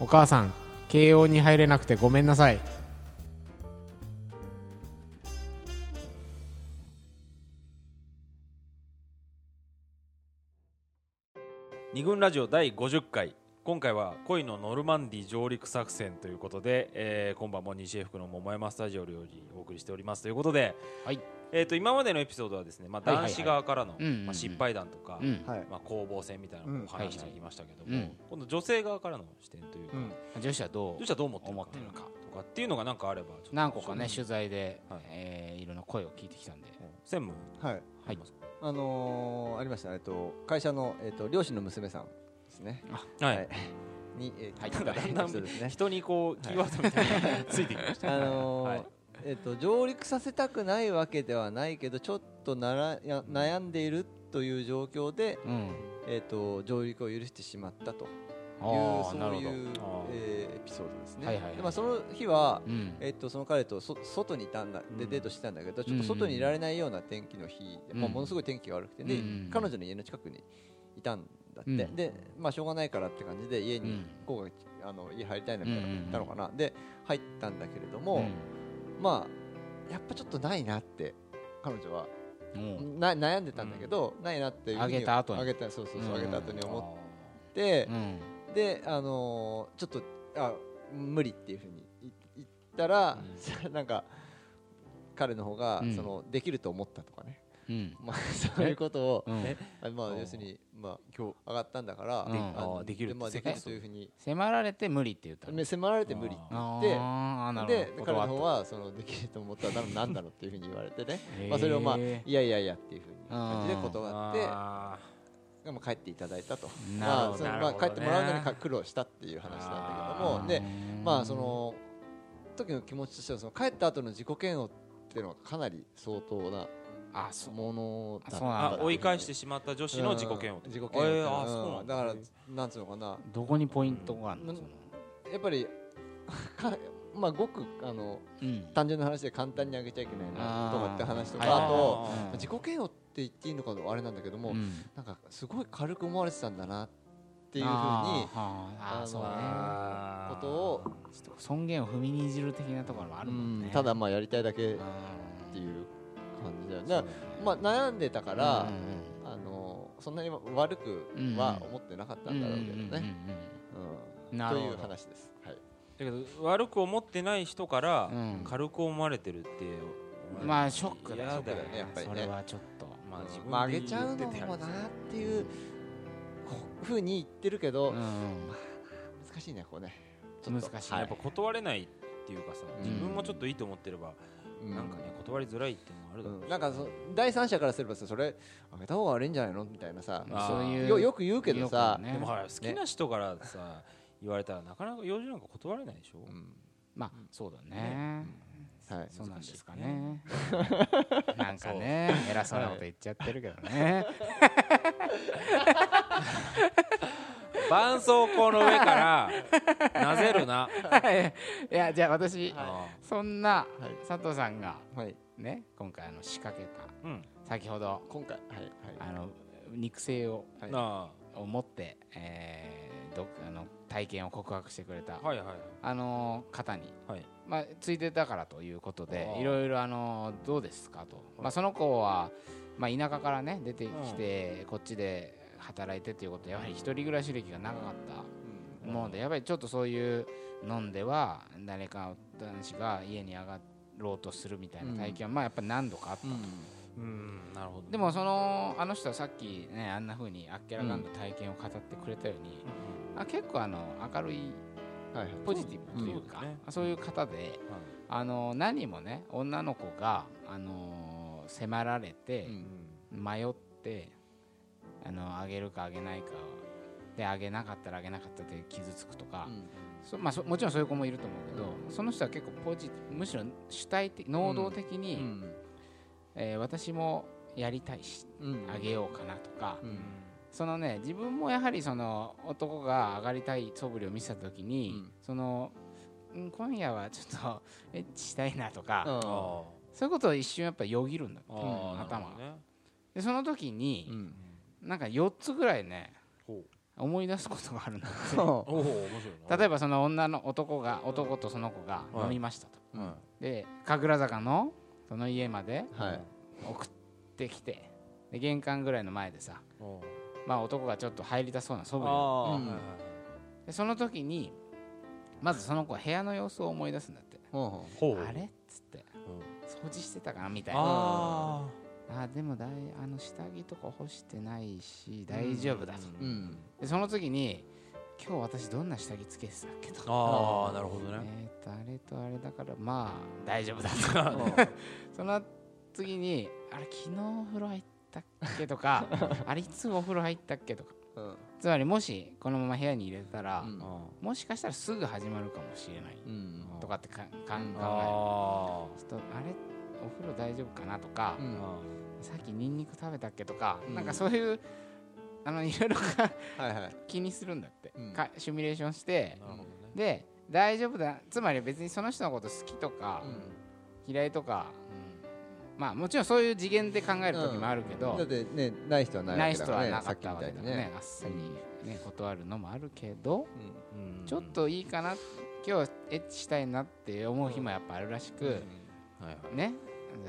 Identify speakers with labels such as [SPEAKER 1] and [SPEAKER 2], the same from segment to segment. [SPEAKER 1] お母さん慶応に入れなくてごめんなさい
[SPEAKER 2] 二軍ラジオ第50回今回は恋のノルマンディ上陸作戦ということで、えー今晩も西江福の桃山スタジオよりお送りしておりますということで、
[SPEAKER 1] はい
[SPEAKER 2] えー、と今までのエピソードはですね、ま
[SPEAKER 1] は
[SPEAKER 2] あ、
[SPEAKER 1] いはいは
[SPEAKER 2] 男
[SPEAKER 1] い
[SPEAKER 2] 子側からの
[SPEAKER 3] うんうんうん
[SPEAKER 2] まあ失敗談とか、
[SPEAKER 3] うん
[SPEAKER 4] はい
[SPEAKER 2] まあ、攻防戦みたいなのを話してきましたけども、
[SPEAKER 3] うんはいはい
[SPEAKER 2] 今度女性側からの視点というか、
[SPEAKER 4] うん
[SPEAKER 3] 女子はど
[SPEAKER 2] 女子はどう思ってる
[SPEAKER 3] 思
[SPEAKER 2] か
[SPEAKER 3] ってるのか
[SPEAKER 2] とかっていうのが何かあればちょっと
[SPEAKER 3] う何個かね
[SPEAKER 2] 紹介
[SPEAKER 3] 取材で
[SPEAKER 2] はい
[SPEAKER 3] えーいろんな声を聞いてきたんで
[SPEAKER 2] 専務
[SPEAKER 4] はい
[SPEAKER 2] ありますか
[SPEAKER 4] あのー、ありましたえっと会社のえっと両親の娘さんですね
[SPEAKER 2] はい、
[SPEAKER 4] はいにえ
[SPEAKER 3] はい
[SPEAKER 4] ー聞い
[SPEAKER 2] だ
[SPEAKER 4] ただ
[SPEAKER 2] ん
[SPEAKER 4] ん
[SPEAKER 2] だ
[SPEAKER 4] だ
[SPEAKER 2] ん
[SPEAKER 4] んですね
[SPEAKER 2] 人にこうキーワードみたいなのがついて きました
[SPEAKER 4] あ
[SPEAKER 2] ね
[SPEAKER 4] のー
[SPEAKER 2] はい
[SPEAKER 4] えっと上陸させたくないわけではないけどちょっとならや悩んでいるという状況で
[SPEAKER 3] うん
[SPEAKER 4] えっと上陸を許してしまったという
[SPEAKER 3] あ
[SPEAKER 4] そ
[SPEAKER 3] ーな
[SPEAKER 4] う
[SPEAKER 3] るほど
[SPEAKER 4] いう
[SPEAKER 2] あー
[SPEAKER 4] えーエピソードですね。
[SPEAKER 3] はいはいはい
[SPEAKER 4] でまあその日は
[SPEAKER 3] うん
[SPEAKER 4] えっと、その彼とそ外にいたんだで
[SPEAKER 2] うん
[SPEAKER 4] デートしてたんだけど、
[SPEAKER 3] う
[SPEAKER 4] ちょ
[SPEAKER 3] ん
[SPEAKER 4] っ
[SPEAKER 3] う
[SPEAKER 4] と
[SPEAKER 3] ん
[SPEAKER 4] 外にいられないような天気の日で、
[SPEAKER 3] うん
[SPEAKER 4] まあ、ものすごい天気が悪くて、で
[SPEAKER 3] うん
[SPEAKER 4] 彼女の家の近くにいたんだっ
[SPEAKER 3] う
[SPEAKER 4] て、
[SPEAKER 3] ん
[SPEAKER 4] でまあ、しょうがないからって感じで家
[SPEAKER 3] うん
[SPEAKER 4] にこうあの家入りたいなみたいなこと言ったのかな、で入ったんだけれど
[SPEAKER 3] う
[SPEAKER 4] も、まあ、やっぱちょっとないなって彼女は
[SPEAKER 3] んうん
[SPEAKER 4] な悩んでたんだけど、ないなっていうふうに
[SPEAKER 3] あげた後に
[SPEAKER 4] あげたそうそうそう、
[SPEAKER 3] うん
[SPEAKER 4] あげた後に思
[SPEAKER 2] あー
[SPEAKER 4] って
[SPEAKER 3] う、ん
[SPEAKER 4] で、あのーちょっとあ無理っていうふうに言言ったら、 なんか彼の方が、
[SPEAKER 3] うん
[SPEAKER 4] そのできると思ったとかね、
[SPEAKER 3] うん
[SPEAKER 4] まあ、そういうことを
[SPEAKER 3] うん
[SPEAKER 2] え
[SPEAKER 4] あま
[SPEAKER 2] あ
[SPEAKER 4] あ
[SPEAKER 2] ー
[SPEAKER 4] 要するに、ま
[SPEAKER 2] 今日
[SPEAKER 4] あ、上がったんだから、
[SPEAKER 3] うん
[SPEAKER 4] あの
[SPEAKER 2] あーできる
[SPEAKER 4] でまあ、
[SPEAKER 2] せ
[SPEAKER 4] で
[SPEAKER 2] っ
[SPEAKER 4] き
[SPEAKER 2] かく
[SPEAKER 4] るというふうに
[SPEAKER 3] 迫られて無理って言ったの
[SPEAKER 4] め迫られて無理って言
[SPEAKER 3] あ
[SPEAKER 4] って
[SPEAKER 3] ー。あーな
[SPEAKER 4] で
[SPEAKER 3] るほど
[SPEAKER 4] 彼の方
[SPEAKER 3] 断っ
[SPEAKER 4] はそのできると思ったらなんだろうっていうふうに言われてね、
[SPEAKER 3] た
[SPEAKER 4] まあ、それをまあ
[SPEAKER 3] へ
[SPEAKER 4] いやいやいやっていうふうに感じで断って
[SPEAKER 2] あー
[SPEAKER 4] まあ帰っていただいたと
[SPEAKER 3] ーな
[SPEAKER 4] ま
[SPEAKER 3] る
[SPEAKER 4] あ
[SPEAKER 3] ほ
[SPEAKER 4] そ
[SPEAKER 3] ど
[SPEAKER 4] の
[SPEAKER 2] なる
[SPEAKER 4] ま
[SPEAKER 2] ほ
[SPEAKER 4] あ
[SPEAKER 2] どね
[SPEAKER 4] 帰ってもらうのにか苦労したっていう話なんだけどもでまあその時の気持ちとしてはその帰った後の自己嫌悪っていうのはかなり相当な
[SPEAKER 3] あそう
[SPEAKER 4] ものだ
[SPEAKER 3] あそうなん
[SPEAKER 2] あ
[SPEAKER 3] だ
[SPEAKER 2] 追い返して
[SPEAKER 4] し
[SPEAKER 2] しまった女子の自己嫌悪
[SPEAKER 4] 自己嫌悪
[SPEAKER 2] えーあーそう
[SPEAKER 4] う
[SPEAKER 2] なんん
[SPEAKER 4] だ
[SPEAKER 2] だ
[SPEAKER 4] からなんつうのかな
[SPEAKER 3] どこにポイントがあるの
[SPEAKER 4] うん
[SPEAKER 3] その
[SPEAKER 4] やっぱりかまあごくあの
[SPEAKER 3] うん
[SPEAKER 4] 単純な話で簡単にあげちゃいけないなとかって話と
[SPEAKER 3] あー
[SPEAKER 4] かあと
[SPEAKER 3] はいはいはい
[SPEAKER 4] 自己嫌悪って言っていいのかあれなんだけども
[SPEAKER 3] うん
[SPEAKER 4] なんかすごい軽く思われてたんだなっていうふうに
[SPEAKER 3] あーはーあー
[SPEAKER 4] あの
[SPEAKER 3] そうね
[SPEAKER 4] ーことを
[SPEAKER 3] ちょっと尊厳を踏みにじる的なところもあるもん
[SPEAKER 4] う
[SPEAKER 3] ね
[SPEAKER 4] んただまあやりたいだ
[SPEAKER 3] う
[SPEAKER 4] けっ
[SPEAKER 3] ん
[SPEAKER 4] ていう感じだよね
[SPEAKER 3] そ
[SPEAKER 4] だ
[SPEAKER 3] うだ
[SPEAKER 4] か
[SPEAKER 3] ね
[SPEAKER 4] らまあ悩んでたから、
[SPEAKER 3] うん
[SPEAKER 4] あのそんなに悪くは思ってなかったんだろうけど
[SPEAKER 3] う
[SPEAKER 4] ね、
[SPEAKER 3] んうんうんうん
[SPEAKER 4] うん
[SPEAKER 3] な
[SPEAKER 4] と
[SPEAKER 3] るほ
[SPEAKER 4] い
[SPEAKER 3] ど
[SPEAKER 4] う話です、はい、
[SPEAKER 2] だけど悪く思ってない人から
[SPEAKER 3] うん
[SPEAKER 2] 軽く思われてるって
[SPEAKER 3] まあショックだよ
[SPEAKER 2] 嫌
[SPEAKER 4] ショックだよねやっぱり
[SPEAKER 3] そ
[SPEAKER 4] ね
[SPEAKER 3] れはちょっと
[SPEAKER 2] まあ自分
[SPEAKER 4] まあ、上
[SPEAKER 2] で
[SPEAKER 4] げちゃうの
[SPEAKER 2] 言ってた
[SPEAKER 4] も
[SPEAKER 2] やつ
[SPEAKER 4] なっていうこふうに言ってるけど、
[SPEAKER 3] うん
[SPEAKER 4] 難しいねこうねちょ
[SPEAKER 3] 難
[SPEAKER 4] っ
[SPEAKER 3] し
[SPEAKER 4] と
[SPEAKER 3] い
[SPEAKER 4] は
[SPEAKER 2] やっ
[SPEAKER 3] ね
[SPEAKER 2] ぱ断れないっていうかさ
[SPEAKER 4] うん
[SPEAKER 2] 自分もちょっといいと思ってれば
[SPEAKER 4] うん
[SPEAKER 2] なんかね断りづらいっていうのもあるだろう
[SPEAKER 4] う
[SPEAKER 2] し
[SPEAKER 4] んなんかそ第三者からすればさそれ上げた方が悪いんじゃないのみたいなさ
[SPEAKER 2] まあ
[SPEAKER 3] そういう
[SPEAKER 4] よよく言うけどさ、
[SPEAKER 3] よくね
[SPEAKER 2] でもほら好きな人からさ言われたらなかなか用事なんか断れないでしょ
[SPEAKER 4] うん
[SPEAKER 3] まあそうだね
[SPEAKER 4] はい、
[SPEAKER 3] そうなんですか
[SPEAKER 2] 難
[SPEAKER 3] ね なんかね偉そうなこと言っちゃってるけどね
[SPEAKER 2] 絆創膏の上 からなぜるな
[SPEAKER 3] いやじゃあ私
[SPEAKER 2] あ
[SPEAKER 3] そんな
[SPEAKER 4] はい
[SPEAKER 3] 佐藤さんが
[SPEAKER 4] はい、
[SPEAKER 3] ね今回あの仕掛けた
[SPEAKER 2] ーうん
[SPEAKER 3] 先ほど
[SPEAKER 4] 今回はいは
[SPEAKER 3] あの肉声を
[SPEAKER 4] いはい
[SPEAKER 2] な
[SPEAKER 3] を持って、えーどあの体験を告白してくれた、
[SPEAKER 2] あはいはい
[SPEAKER 3] あのー方に、
[SPEAKER 2] はい
[SPEAKER 3] まあ、ついてたからということで
[SPEAKER 2] あー
[SPEAKER 3] いろいろ、あのーどうですかと、まあ、その子は、まあ、田舎からね出てきて、こっちで働いてということでやはり一人暮らし歴が長かった
[SPEAKER 4] うん
[SPEAKER 3] ものでやっぱりちょっとそういう飲んでは誰か男子が家に上がろうとするみたいな体験は、まあやっぱり何度かあった
[SPEAKER 2] うんなるほど
[SPEAKER 3] でもそのあの人はさっきねあんな風にあっけらかんと体験を語ってくれたように、あ結構あの明るい
[SPEAKER 4] はいはい
[SPEAKER 3] ポジティブという
[SPEAKER 2] そう
[SPEAKER 3] か、
[SPEAKER 2] ですね
[SPEAKER 3] そういう方で
[SPEAKER 2] うんはい
[SPEAKER 3] あの何もね女の子があの迫られて
[SPEAKER 4] う、ん
[SPEAKER 3] 迷ってあのあげるかあげないかであげなかったらあげなかったで傷つくとか、
[SPEAKER 4] うん
[SPEAKER 3] そまあ、そもちろんそういう子もいると思うけど、その人は結構ポジティブむしろ主体的能動的に、えー私もやりたいし
[SPEAKER 4] うん
[SPEAKER 3] あげようかなとか、
[SPEAKER 4] うん
[SPEAKER 3] そのね自分もやはりその男が上がりたい素振りを見せた時に、
[SPEAKER 4] うん
[SPEAKER 3] そのうん今夜はちょっと エッチしたいなとか、
[SPEAKER 4] うん
[SPEAKER 2] ああ
[SPEAKER 3] そういうことを一瞬やっぱよぎるんだって
[SPEAKER 2] あー
[SPEAKER 3] 頭
[SPEAKER 2] なるほどね
[SPEAKER 3] でその時に
[SPEAKER 4] う、ん
[SPEAKER 3] なんか4つぐらいね
[SPEAKER 2] ほ
[SPEAKER 3] 思い出すことがあるん だって
[SPEAKER 4] そ
[SPEAKER 2] おお面白いな
[SPEAKER 3] 例えばその女の男が男とその子が飲みましたと、
[SPEAKER 4] う、うん、
[SPEAKER 3] で神楽坂のその家まで
[SPEAKER 4] はい
[SPEAKER 3] 送ってきてで玄関ぐらいの前でさ
[SPEAKER 2] おう
[SPEAKER 3] まあ男がちょっと入りたそうな素振りを
[SPEAKER 2] ああ、
[SPEAKER 4] うん
[SPEAKER 2] はいはい
[SPEAKER 3] でその時にまずその子は部屋の様子を思い出すんだって
[SPEAKER 4] ほうほ
[SPEAKER 2] ほう
[SPEAKER 3] あれっつって掃除してたかなみたいな
[SPEAKER 2] あ
[SPEAKER 3] あでもだいあの下着とか干してないし大丈夫だと、
[SPEAKER 4] ううん
[SPEAKER 3] でその時に今日私どんな下着つけてたっけと
[SPEAKER 2] ああなるほどね
[SPEAKER 3] えーとあれとあれだからまあ大丈夫だと その次にあれ昨日お風呂入ったっけと かあれいつお風呂入ったっけとか
[SPEAKER 4] うん
[SPEAKER 3] つまりもしこのまま部屋に入れたら、
[SPEAKER 4] うん
[SPEAKER 3] もしかしたらすぐ始まるかもしれない
[SPEAKER 4] うん
[SPEAKER 3] とかってかかん
[SPEAKER 4] うん
[SPEAKER 3] 考え
[SPEAKER 2] あ
[SPEAKER 3] るちょっとあれお風呂大丈夫かなとか、
[SPEAKER 4] うん
[SPEAKER 2] あ
[SPEAKER 4] は
[SPEAKER 3] さっきニンニク食べたっけとか、
[SPEAKER 4] うん
[SPEAKER 3] なんかそういうあのいろいろか
[SPEAKER 4] いはい
[SPEAKER 3] 気にするんだって、
[SPEAKER 4] うん
[SPEAKER 3] かシミュレーションして
[SPEAKER 2] なるほどね
[SPEAKER 3] で大丈夫だつまり別にその人のこと好きとか
[SPEAKER 4] う、ん
[SPEAKER 3] 嫌いとか、まあもちろんそういう次元で考える時もあるけど、
[SPEAKER 4] だってねない人はないわ
[SPEAKER 3] ない
[SPEAKER 4] け
[SPEAKER 3] 人
[SPEAKER 4] だか
[SPEAKER 3] は
[SPEAKER 4] ら
[SPEAKER 3] な
[SPEAKER 4] ね
[SPEAKER 3] か
[SPEAKER 4] さ
[SPEAKER 3] っ
[SPEAKER 4] っき
[SPEAKER 3] た
[SPEAKER 4] み
[SPEAKER 3] わ
[SPEAKER 4] た
[SPEAKER 3] け
[SPEAKER 4] い
[SPEAKER 3] だ
[SPEAKER 4] に
[SPEAKER 3] ね
[SPEAKER 4] ね
[SPEAKER 3] あっさり、ね、断るのもあるけど、
[SPEAKER 2] うん
[SPEAKER 3] ちょっといいかな今日エッチしたいなって思う日もやっぱあるらしく、
[SPEAKER 2] はいはい
[SPEAKER 3] ね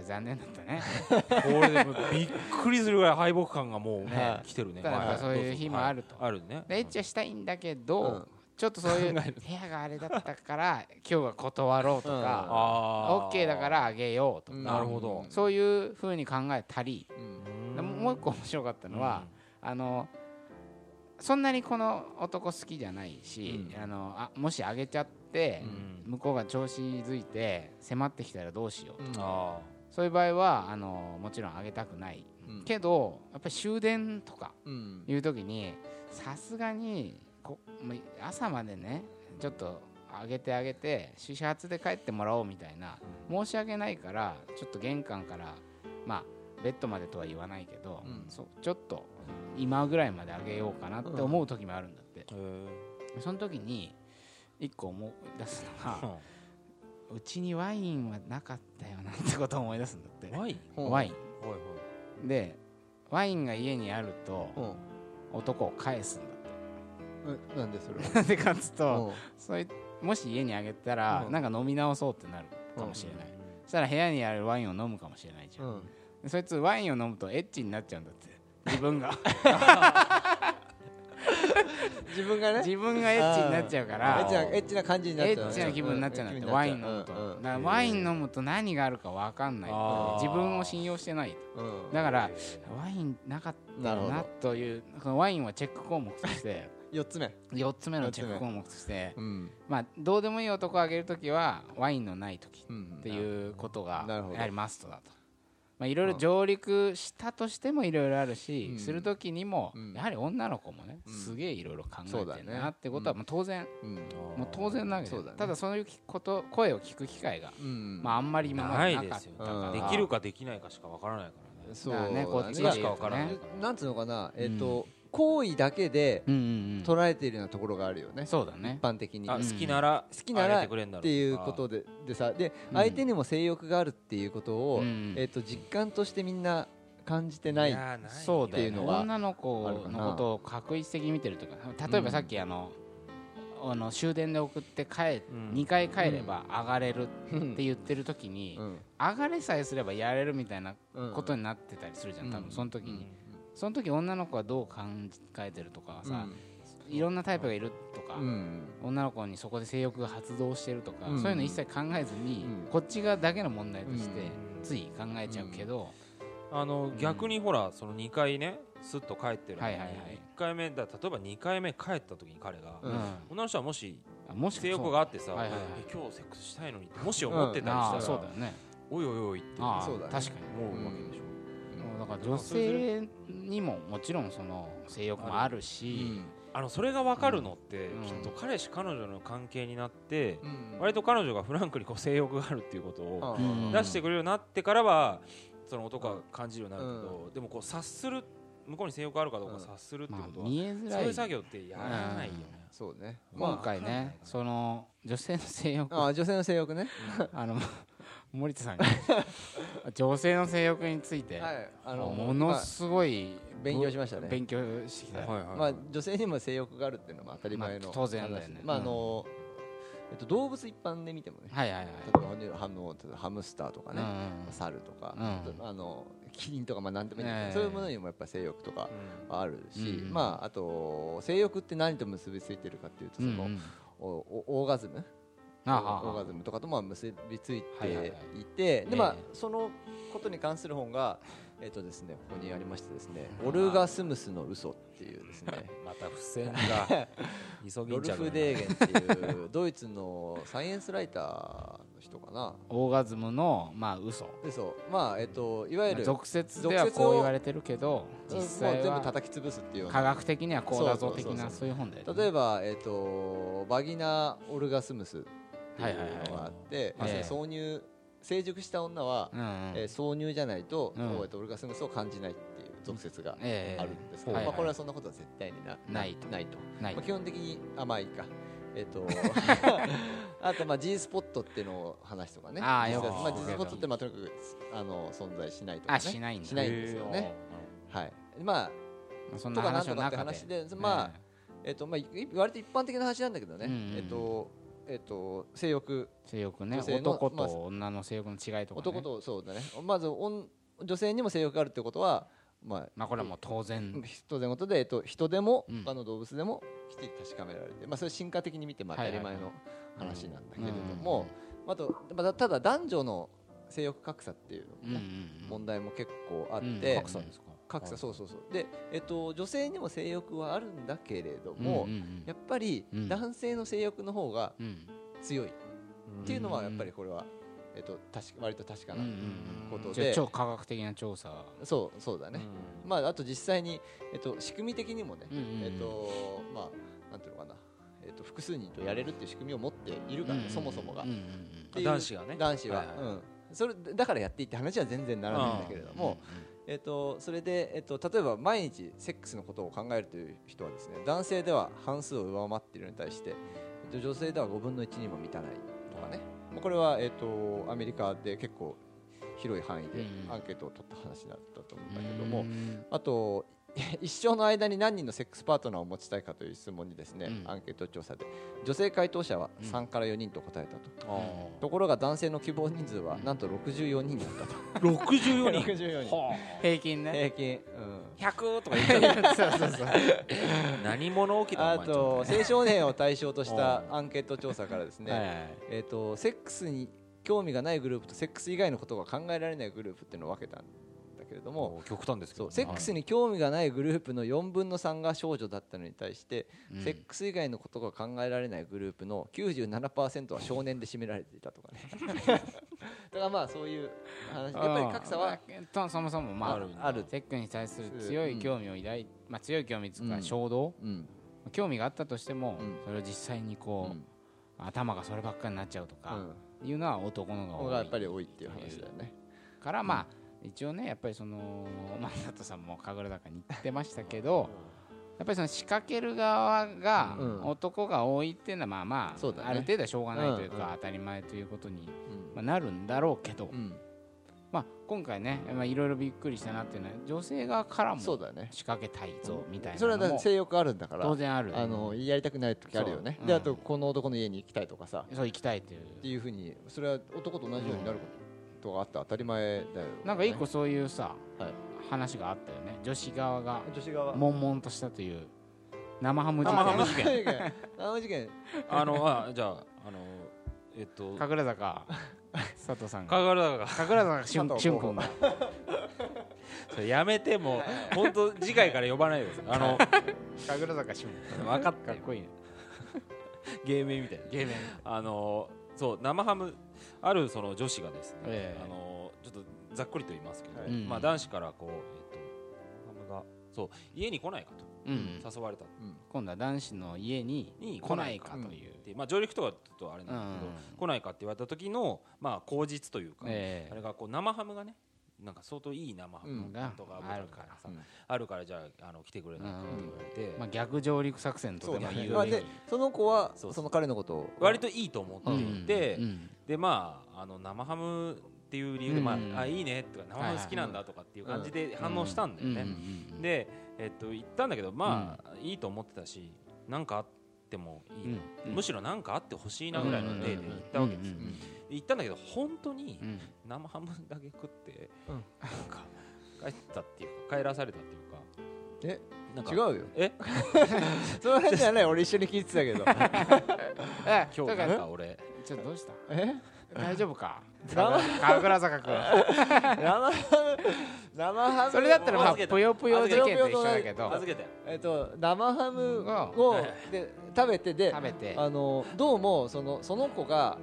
[SPEAKER 3] 残念だった ね
[SPEAKER 2] これでもびっくりするぐらい敗北感がもう
[SPEAKER 4] ね
[SPEAKER 2] 来てるね。
[SPEAKER 3] だから
[SPEAKER 2] は
[SPEAKER 3] やっぱそういう日もあると
[SPEAKER 2] はいあるね。
[SPEAKER 3] でエッチはしたいんだけど、
[SPEAKER 4] うん
[SPEAKER 3] ちょっとそういう部屋があれだったから今日は断ろうと
[SPEAKER 4] う
[SPEAKER 3] か、
[SPEAKER 2] ああ。
[SPEAKER 3] OK だからあげようと
[SPEAKER 4] う
[SPEAKER 3] か、
[SPEAKER 4] ん
[SPEAKER 2] なるほど
[SPEAKER 3] そういうふうに考えたり、
[SPEAKER 4] うん
[SPEAKER 3] でももう一個面白かった
[SPEAKER 2] 個
[SPEAKER 3] のは、、あのそんなにこの男好きじゃないし、
[SPEAKER 4] うん
[SPEAKER 3] あのあもしあげちゃって
[SPEAKER 2] う、
[SPEAKER 3] 向こうが調子づいて迫ってきたらどうしよう、
[SPEAKER 4] うん
[SPEAKER 2] あ
[SPEAKER 3] そういう場合はあのもちろんあげたくない、
[SPEAKER 4] うん
[SPEAKER 3] けどやっぱり終電とか
[SPEAKER 4] うん
[SPEAKER 3] いう時にさすがにこま朝までねちょっとあげてあげて始発で帰ってもらおうみたいな申し訳ないからちょっと玄関からまあベッドまでとは言わないけど、
[SPEAKER 4] うん
[SPEAKER 3] そちょっと今ぐらいまであげようかなって思う時もあるんだって、
[SPEAKER 2] あ。へえ
[SPEAKER 3] その時に一個思い出すの がうちにワインはなかったよなってことを思い出すんだって
[SPEAKER 2] ワイン。
[SPEAKER 3] ワイ
[SPEAKER 2] はいはい。
[SPEAKER 3] ンでワインが家にあると
[SPEAKER 4] う
[SPEAKER 3] 男を返すんだって
[SPEAKER 4] んえなんでそれは
[SPEAKER 3] なんで かっつうと
[SPEAKER 4] うん
[SPEAKER 3] そういもし家にあげたら
[SPEAKER 4] うん
[SPEAKER 3] なんか飲み直そうってなるかもしれないそしたら部屋にあるワインを飲むかもしれないじゃ
[SPEAKER 4] うんん
[SPEAKER 3] でそいつワインを飲むとエッチになっちゃうんだって 自分が
[SPEAKER 4] 自分がね
[SPEAKER 3] 自分がエッチになっちゃうか
[SPEAKER 4] エ
[SPEAKER 3] ら
[SPEAKER 4] ッチなエッチな感じになっ
[SPEAKER 3] エ
[SPEAKER 4] ちゃう
[SPEAKER 3] ッ
[SPEAKER 4] ね
[SPEAKER 3] チな気分になっちゃうんだってワイン飲むとだ
[SPEAKER 4] う
[SPEAKER 3] か
[SPEAKER 4] ん
[SPEAKER 3] らワイン飲むと何があるか分かんない
[SPEAKER 2] あー
[SPEAKER 3] 自分を信用してない
[SPEAKER 4] うん
[SPEAKER 3] だから
[SPEAKER 2] へえ
[SPEAKER 3] ワインなかった
[SPEAKER 4] なるほ
[SPEAKER 3] な
[SPEAKER 4] ど
[SPEAKER 3] というそのワインはチェック項目と して
[SPEAKER 4] 四つ目
[SPEAKER 3] 4つ目のチェック項目として
[SPEAKER 4] うん
[SPEAKER 3] まあどうでもいい男をあげるときはワインのないとき
[SPEAKER 4] うん
[SPEAKER 3] っていうことが
[SPEAKER 4] なるほど
[SPEAKER 3] やはりマストだと。まあ、いろいろ上陸したとしてもいろいろあるし、
[SPEAKER 4] うん
[SPEAKER 3] する時にも
[SPEAKER 4] うん
[SPEAKER 3] やはり女の子もね、
[SPEAKER 4] うん
[SPEAKER 3] すげえいろいろ考え
[SPEAKER 4] そうだ
[SPEAKER 3] てる
[SPEAKER 4] ね
[SPEAKER 3] なってことは
[SPEAKER 4] うん
[SPEAKER 3] まあ当然、
[SPEAKER 4] うん
[SPEAKER 2] あー
[SPEAKER 3] もう当然なわけで、
[SPEAKER 4] そうだね
[SPEAKER 3] ただそういうこと声を聞く機会が、
[SPEAKER 4] うん
[SPEAKER 3] まあ、あんまり今ま
[SPEAKER 2] な
[SPEAKER 3] で
[SPEAKER 2] い
[SPEAKER 3] なか
[SPEAKER 2] で
[SPEAKER 3] っ
[SPEAKER 2] す
[SPEAKER 3] た
[SPEAKER 2] よ
[SPEAKER 3] から
[SPEAKER 4] う
[SPEAKER 2] で
[SPEAKER 4] ん
[SPEAKER 2] きるかできないかしかわからないからね。
[SPEAKER 4] そう
[SPEAKER 3] だか
[SPEAKER 4] だ
[SPEAKER 3] ら
[SPEAKER 4] ね
[SPEAKER 3] ねこっち
[SPEAKER 2] だ
[SPEAKER 3] で
[SPEAKER 2] しかわからない
[SPEAKER 3] ね
[SPEAKER 4] なんつうのかなえっ
[SPEAKER 3] う
[SPEAKER 4] と行為だけで
[SPEAKER 3] うんうんうん、
[SPEAKER 4] 捉えているようなところがあるよね
[SPEAKER 3] そうだね
[SPEAKER 4] 一般的に
[SPEAKER 2] あ
[SPEAKER 4] っ
[SPEAKER 2] 好きなら
[SPEAKER 4] 好きな
[SPEAKER 2] あ
[SPEAKER 4] ら
[SPEAKER 2] げてくれんだろ
[SPEAKER 4] ていうこと
[SPEAKER 2] で。
[SPEAKER 4] ででさで
[SPEAKER 3] うん
[SPEAKER 4] 相手にも性欲があるっていうことを
[SPEAKER 3] うん
[SPEAKER 4] えっと実感としてみんな感じてない
[SPEAKER 2] やーない
[SPEAKER 3] そうだよ
[SPEAKER 4] って
[SPEAKER 3] ね
[SPEAKER 4] いうのが
[SPEAKER 3] 女の子のことを確一的に見てるとか例えばさっきあの,、あの終電で送って帰、
[SPEAKER 2] うん
[SPEAKER 3] 2回帰れば上がれるって言ってる時に、
[SPEAKER 4] うん
[SPEAKER 3] 上がれさえすればやれるみたいな
[SPEAKER 4] うん
[SPEAKER 3] ことになってたりするじゃん、
[SPEAKER 4] うん
[SPEAKER 3] 多分その時に、
[SPEAKER 2] うん
[SPEAKER 3] その時女の子はどう考えてるとかさ、いろんなタイプがいるとか、
[SPEAKER 4] うん
[SPEAKER 3] 女の子にそこで性欲が発動してるとか、
[SPEAKER 4] うん
[SPEAKER 3] そういうの一切考えずに、
[SPEAKER 4] うん
[SPEAKER 3] こっち側だけの問題として、
[SPEAKER 2] うん
[SPEAKER 3] つい考えちゃうけど、
[SPEAKER 2] あの
[SPEAKER 3] ん
[SPEAKER 2] 逆にほらその2回ねすっと帰ってるのに
[SPEAKER 3] はいはいはい
[SPEAKER 2] 1回目だ例えば2回目帰った時に彼が
[SPEAKER 4] うん
[SPEAKER 2] 女の人はもし
[SPEAKER 3] あもしか
[SPEAKER 2] 性欲があってさ、
[SPEAKER 3] はいはいはい
[SPEAKER 2] え今日セックスしたいのにってもし思ってたりし
[SPEAKER 3] あ
[SPEAKER 2] た
[SPEAKER 3] あ
[SPEAKER 2] ら、
[SPEAKER 3] そうだよね
[SPEAKER 2] おいおいおいって
[SPEAKER 3] ああ
[SPEAKER 4] そうだね
[SPEAKER 3] 確か
[SPEAKER 2] 思うわけでしょ、
[SPEAKER 3] にもうだから女性にももちろんその性欲もあるし、
[SPEAKER 2] あのそれが分かるのって、
[SPEAKER 3] うん
[SPEAKER 2] きっと彼氏彼女の関係になって、
[SPEAKER 4] うん
[SPEAKER 2] 割と彼女がフランクにこう性欲があるっていうことを
[SPEAKER 4] うん
[SPEAKER 3] うん
[SPEAKER 2] 出してくれるようになってからはその男は感じるようになるけど、でもこう察する向こうに性欲があるかどうか
[SPEAKER 4] うん
[SPEAKER 2] 察するってこ
[SPEAKER 3] まあ
[SPEAKER 2] とは、
[SPEAKER 3] 見えづら
[SPEAKER 2] そういう
[SPEAKER 3] い
[SPEAKER 2] 作業ってやらないよね、
[SPEAKER 4] そうね
[SPEAKER 3] 今回ねその女性の性欲
[SPEAKER 4] ああ女性の性欲ね
[SPEAKER 3] あの森田さ んに女性の性欲について、
[SPEAKER 4] はい、あの
[SPEAKER 3] ものすごい、
[SPEAKER 4] まあ勉強しましたね
[SPEAKER 3] 勉強してきた、
[SPEAKER 2] はいはい
[SPEAKER 4] まあ、女性にも性欲があるっていうのは当たり前の
[SPEAKER 3] まあ
[SPEAKER 4] 話
[SPEAKER 3] 当然だよね
[SPEAKER 4] でまああのえっと、動物一般で見てもね、
[SPEAKER 3] はいはいはい
[SPEAKER 4] 例えばあの例えばハムスターとか
[SPEAKER 3] うんう
[SPEAKER 4] ね、
[SPEAKER 3] ん
[SPEAKER 4] 猿とか、
[SPEAKER 3] うん
[SPEAKER 4] あのキリンとか、まあ、なんでもいいんだけど、
[SPEAKER 3] ええ
[SPEAKER 4] そういうものにもやっぱ性欲とか
[SPEAKER 2] うん
[SPEAKER 4] あるし、
[SPEAKER 3] うん
[SPEAKER 4] まあ、あと性欲って何と結びついてるかっていうとそ
[SPEAKER 3] うん
[SPEAKER 4] の、
[SPEAKER 3] うん
[SPEAKER 4] おおオーガズム
[SPEAKER 3] あああ
[SPEAKER 4] オーガズムとかとまあ結びつい
[SPEAKER 3] はいはいはい
[SPEAKER 4] ていて、でまあ
[SPEAKER 3] ええ
[SPEAKER 4] そのことに関する本が、えっとですね、ここにありましてですね「オルガスムスの嘘っていうです ね
[SPEAKER 2] また付箋 が急ぎ
[SPEAKER 4] ロ
[SPEAKER 2] んち
[SPEAKER 4] ル
[SPEAKER 2] ゃう
[SPEAKER 4] フ・デーゲンって いうドイツのサイエンスライターの人かな
[SPEAKER 3] オーガズムのまあ嘘
[SPEAKER 4] でそうまあえっといわゆる
[SPEAKER 3] 俗説ではこう言われてるけど
[SPEAKER 4] う
[SPEAKER 3] 実
[SPEAKER 4] んも
[SPEAKER 3] 際
[SPEAKER 4] う全部
[SPEAKER 3] は
[SPEAKER 4] 叩き潰すっていうよう
[SPEAKER 3] 科
[SPEAKER 4] な
[SPEAKER 3] 学的にはこうだぞ的
[SPEAKER 4] そうそうそうそ
[SPEAKER 3] な
[SPEAKER 4] う
[SPEAKER 3] そういう本だよね
[SPEAKER 4] 例えば、えっとバギナ・オルガスムスって
[SPEAKER 3] はいいはいはいう
[SPEAKER 4] のがあって、
[SPEAKER 3] ええ
[SPEAKER 4] まあ挿入成熟した女は、
[SPEAKER 3] うんうん
[SPEAKER 4] えー挿入じゃないと、
[SPEAKER 3] うん
[SPEAKER 4] こうやってオルガスムスを感じないっていう俗説が
[SPEAKER 3] ええ
[SPEAKER 4] あるんですけど、
[SPEAKER 3] はいはい
[SPEAKER 4] まあ、これはそんなことは絶対にな
[SPEAKER 3] ないと
[SPEAKER 4] ないと、
[SPEAKER 3] ない
[SPEAKER 4] まあ、基本的にあまあいいかえっ、 とあとまあ G スポットっていうのを話とかね
[SPEAKER 3] ああ
[SPEAKER 4] 実
[SPEAKER 3] よ
[SPEAKER 2] く
[SPEAKER 4] はまあ、
[SPEAKER 2] 聞
[SPEAKER 4] G
[SPEAKER 2] くけど
[SPEAKER 4] スポットってまあとにかくあの存在しないとか、ね、
[SPEAKER 3] あしないんだ
[SPEAKER 4] しないんですよねはいまあ
[SPEAKER 3] まあそん
[SPEAKER 4] と
[SPEAKER 3] な
[SPEAKER 4] かなん
[SPEAKER 3] 話
[SPEAKER 4] と
[SPEAKER 3] の
[SPEAKER 4] かって
[SPEAKER 3] 中
[SPEAKER 4] 話
[SPEAKER 3] で
[SPEAKER 4] でまあ、えっ、とまあい割と一般的な話なんだけどね、
[SPEAKER 3] うんうんうん
[SPEAKER 4] えっ、とえっ、と性欲
[SPEAKER 3] 性欲ね
[SPEAKER 4] 女性の
[SPEAKER 3] 男
[SPEAKER 4] まあ
[SPEAKER 3] と女の性欲の違いとかね
[SPEAKER 4] 男とそうだねまずおん女性にも性欲があるってことはまあ
[SPEAKER 3] まあこれはもう当然
[SPEAKER 4] 当然事で、えっと、人でも
[SPEAKER 3] うん
[SPEAKER 4] 他の動物でもきちんと確かめられて、まあ、それ進化的に見てまあ当
[SPEAKER 3] はい
[SPEAKER 4] た
[SPEAKER 3] はい
[SPEAKER 4] り
[SPEAKER 3] はい
[SPEAKER 4] 前の話なんだけれども、あとまあただ男女の性欲格差っていう
[SPEAKER 3] うんうんうん
[SPEAKER 4] 問題も結構あって、
[SPEAKER 3] うん
[SPEAKER 2] 格差ですか
[SPEAKER 4] 格差そう
[SPEAKER 2] う
[SPEAKER 4] そうそうで、えっと、女性にも性欲はあるんだけれど
[SPEAKER 3] うん
[SPEAKER 4] も、
[SPEAKER 3] うんうん
[SPEAKER 4] やっぱり
[SPEAKER 3] うん
[SPEAKER 4] 男性の性欲の方が
[SPEAKER 3] うん
[SPEAKER 4] 強いっ
[SPEAKER 2] って
[SPEAKER 4] いうの
[SPEAKER 3] う
[SPEAKER 4] は
[SPEAKER 3] ん
[SPEAKER 4] やっぱりこれは、えっと、確か割と確か
[SPEAKER 3] う
[SPEAKER 4] なん
[SPEAKER 3] うん
[SPEAKER 4] こと
[SPEAKER 3] じゃあ
[SPEAKER 4] で、
[SPEAKER 3] 超科学的な調査
[SPEAKER 4] そうそうだね、まあ、あと実際に、えっと、仕組み的にもね、
[SPEAKER 3] うんうんうん
[SPEAKER 4] えっとまあ、なんていうのかな、えっと、複数人とやれるっていう仕組みを持っているからね、そもそもが。
[SPEAKER 3] うんうん
[SPEAKER 4] っていう
[SPEAKER 2] 男子がね
[SPEAKER 4] 男子は、
[SPEAKER 2] はいはいはい
[SPEAKER 4] うん、それだからやっていいって話は全然ならないんだけれど
[SPEAKER 3] うん
[SPEAKER 4] も、えっと、それで、えっと、例えば毎日セックスのことを考えるという人はですね男性では半数を上回っているのに対して、えっと、女性では5分の1にも満たないとかね、まあ、これは、えっと、アメリカで結構広い範囲で
[SPEAKER 3] うん
[SPEAKER 4] アンケートを取った話だったと思うん
[SPEAKER 3] う
[SPEAKER 4] だ
[SPEAKER 3] ん
[SPEAKER 4] けども、
[SPEAKER 3] うん
[SPEAKER 4] あと 一生の間に何人のセックスパートナーを持ちたいかという質問にですね、
[SPEAKER 3] うん
[SPEAKER 4] アンケート調査で女性回答者は
[SPEAKER 3] うん
[SPEAKER 4] 3から4人と答えたと、
[SPEAKER 2] あ
[SPEAKER 4] ところが男性の希望人数は
[SPEAKER 3] うん
[SPEAKER 4] なんと64人だったと
[SPEAKER 2] あ64 人
[SPEAKER 4] 64人
[SPEAKER 2] は
[SPEAKER 3] 平均ね
[SPEAKER 4] 平均、
[SPEAKER 2] あ100とか言ってた何者置き
[SPEAKER 4] うん、
[SPEAKER 2] だ
[SPEAKER 4] あ
[SPEAKER 2] お前ちょ
[SPEAKER 4] と
[SPEAKER 2] っとね
[SPEAKER 4] 青少年を対象とし た
[SPEAKER 2] うん
[SPEAKER 4] アンケート調査からですね、
[SPEAKER 3] はいはいはい
[SPEAKER 4] えー、とセックスに興味がないグループとセックス以外のことが考えられないグループっていうのを分けたんだけれども、
[SPEAKER 2] もう極端ですけ
[SPEAKER 4] そ
[SPEAKER 2] ど
[SPEAKER 4] う
[SPEAKER 2] ね
[SPEAKER 4] セックスに興味がないグループの4分の3が少女だったのに対して、
[SPEAKER 3] うん
[SPEAKER 4] セックス以外のことが考えられないグループの97%は少年で占められていたとか ねだからまあそういう話やっぱり格差は
[SPEAKER 3] まあとそもそもまあ
[SPEAKER 4] あるある
[SPEAKER 3] セックスに対する強い興味を抱いまあ強い興味つうか
[SPEAKER 4] うん
[SPEAKER 3] 衝動
[SPEAKER 4] うん
[SPEAKER 3] 興味があったとしても
[SPEAKER 4] うん
[SPEAKER 3] それを実際に
[SPEAKER 4] う
[SPEAKER 3] こ
[SPEAKER 4] ん
[SPEAKER 3] う頭がそればっかりになっちゃうと
[SPEAKER 4] う
[SPEAKER 3] か
[SPEAKER 4] ん
[SPEAKER 3] いうのは男の方
[SPEAKER 4] のが
[SPEAKER 3] が
[SPEAKER 4] やっぱ
[SPEAKER 3] 多い
[SPEAKER 4] り多いっていう話だよね
[SPEAKER 3] からまあ一応ねやっぱりそのまあ佐藤さんも神楽坂に行ってましたけどやっぱりその仕掛ける側が
[SPEAKER 4] うん
[SPEAKER 3] 男が多いっていうのはまあま
[SPEAKER 4] そうだ
[SPEAKER 3] あ
[SPEAKER 4] ね
[SPEAKER 3] ある程度はしょうがないという
[SPEAKER 4] うんう
[SPEAKER 3] か
[SPEAKER 4] ん
[SPEAKER 3] 当たり前ということに
[SPEAKER 4] うん
[SPEAKER 3] まあなるんだろうけど
[SPEAKER 4] うん
[SPEAKER 3] まあ今回ねまあいろいろびっくりしたなっていうのは女性側からも
[SPEAKER 4] そう
[SPEAKER 3] 仕
[SPEAKER 4] だね
[SPEAKER 3] 掛けたいぞみたい
[SPEAKER 4] それ
[SPEAKER 3] な
[SPEAKER 4] は
[SPEAKER 3] の
[SPEAKER 4] だって
[SPEAKER 3] も
[SPEAKER 4] 性欲あるんだから
[SPEAKER 3] 当然ある
[SPEAKER 4] あのやりたくない時あるよね
[SPEAKER 3] そう
[SPEAKER 4] で
[SPEAKER 3] うん
[SPEAKER 4] あとこの男の家に行きたいとかさ
[SPEAKER 3] そう行きたいという
[SPEAKER 4] っていうふうにそれは男と同じようになることがあって当たり前だよね
[SPEAKER 3] なんか一個そういうさ、
[SPEAKER 4] はい
[SPEAKER 3] 話があったよね女子側が
[SPEAKER 4] 女子側
[SPEAKER 3] 悶々としたという生ハム事
[SPEAKER 2] 生ハム
[SPEAKER 3] 件
[SPEAKER 2] 事件
[SPEAKER 4] 事件あの事件
[SPEAKER 2] あのあじゃああのえっと
[SPEAKER 3] 神楽坂佐藤さん
[SPEAKER 2] か
[SPEAKER 3] が
[SPEAKER 2] がるだが
[SPEAKER 3] 神楽坂しゅん
[SPEAKER 4] 佐藤
[SPEAKER 3] しゅん君が
[SPEAKER 2] それやめてもう本当次回から呼ばないでくださいあの
[SPEAKER 3] 神楽坂しゅん
[SPEAKER 2] 分かった
[SPEAKER 3] かっこいいね
[SPEAKER 2] 芸名みたいな
[SPEAKER 3] 芸名
[SPEAKER 2] あのそう生ハムあるその女子がですね、
[SPEAKER 3] ええ
[SPEAKER 2] あのちょっとざっくりと言いますけど、
[SPEAKER 4] はい
[SPEAKER 3] うん
[SPEAKER 2] まあ、男子からこう、えっと生ハムがそう家に来ないか
[SPEAKER 3] うん
[SPEAKER 2] と誘われたっ
[SPEAKER 4] うん
[SPEAKER 3] 今度は男子の家に
[SPEAKER 2] に
[SPEAKER 3] 来
[SPEAKER 2] 来
[SPEAKER 3] な
[SPEAKER 2] ないい
[SPEAKER 3] か
[SPEAKER 2] か
[SPEAKER 3] という、
[SPEAKER 2] て、まあ、上陸とかちょっとあれ
[SPEAKER 3] う
[SPEAKER 2] なん
[SPEAKER 3] ん
[SPEAKER 2] ですけど、来ないかって言われた時の、まあ、口実というか、
[SPEAKER 3] ええ
[SPEAKER 2] あれがこう生ハムがねなんか相当いい生ハム
[SPEAKER 4] うん
[SPEAKER 2] とか
[SPEAKER 3] あるから
[SPEAKER 2] さあるからじゃああの来てくれないかって言われて、
[SPEAKER 3] まあ、逆上陸作戦と
[SPEAKER 4] そう
[SPEAKER 3] で
[SPEAKER 4] だ
[SPEAKER 3] も
[SPEAKER 4] ね
[SPEAKER 3] 言
[SPEAKER 4] まあ
[SPEAKER 3] うべき
[SPEAKER 4] でその子は
[SPEAKER 2] そうそ
[SPEAKER 4] その彼のことを
[SPEAKER 2] 割といいと思っていて、
[SPEAKER 3] うん
[SPEAKER 2] でまああの生ハムっていう理由で、ま
[SPEAKER 3] うん
[SPEAKER 2] あ、あいいねとか生ハム好きなんだとかっていう感じで反応したんだよね、
[SPEAKER 3] ねで
[SPEAKER 2] で、えっと、行ったんだけどまあ、いいと思ってたし何かあってもいいな、
[SPEAKER 3] うん
[SPEAKER 2] むしろ何かあってほしいなぐらいの例で行ったわけですよ、行ったんだけど本当に生ハムだけ食って、
[SPEAKER 4] うん
[SPEAKER 2] なんか帰ったっていうか帰らされたっていうか
[SPEAKER 4] え
[SPEAKER 2] なんか
[SPEAKER 4] 違うよ
[SPEAKER 2] え
[SPEAKER 4] その辺じゃない俺一緒に聞いてたけど
[SPEAKER 3] え
[SPEAKER 2] 今
[SPEAKER 3] だか
[SPEAKER 2] 日なん
[SPEAKER 3] ら
[SPEAKER 2] か俺
[SPEAKER 3] ちょっとどうした
[SPEAKER 4] え
[SPEAKER 3] 大丈夫か神倉坂君
[SPEAKER 4] 生ハム生ハム
[SPEAKER 3] それだったらまあ
[SPEAKER 2] 預けた
[SPEAKER 3] ぷよぷよ事件と一緒だけど
[SPEAKER 2] 預けて
[SPEAKER 4] えっと生ハム
[SPEAKER 3] うん
[SPEAKER 4] をで食べてで
[SPEAKER 3] 食べて
[SPEAKER 4] あのどうもそのその子が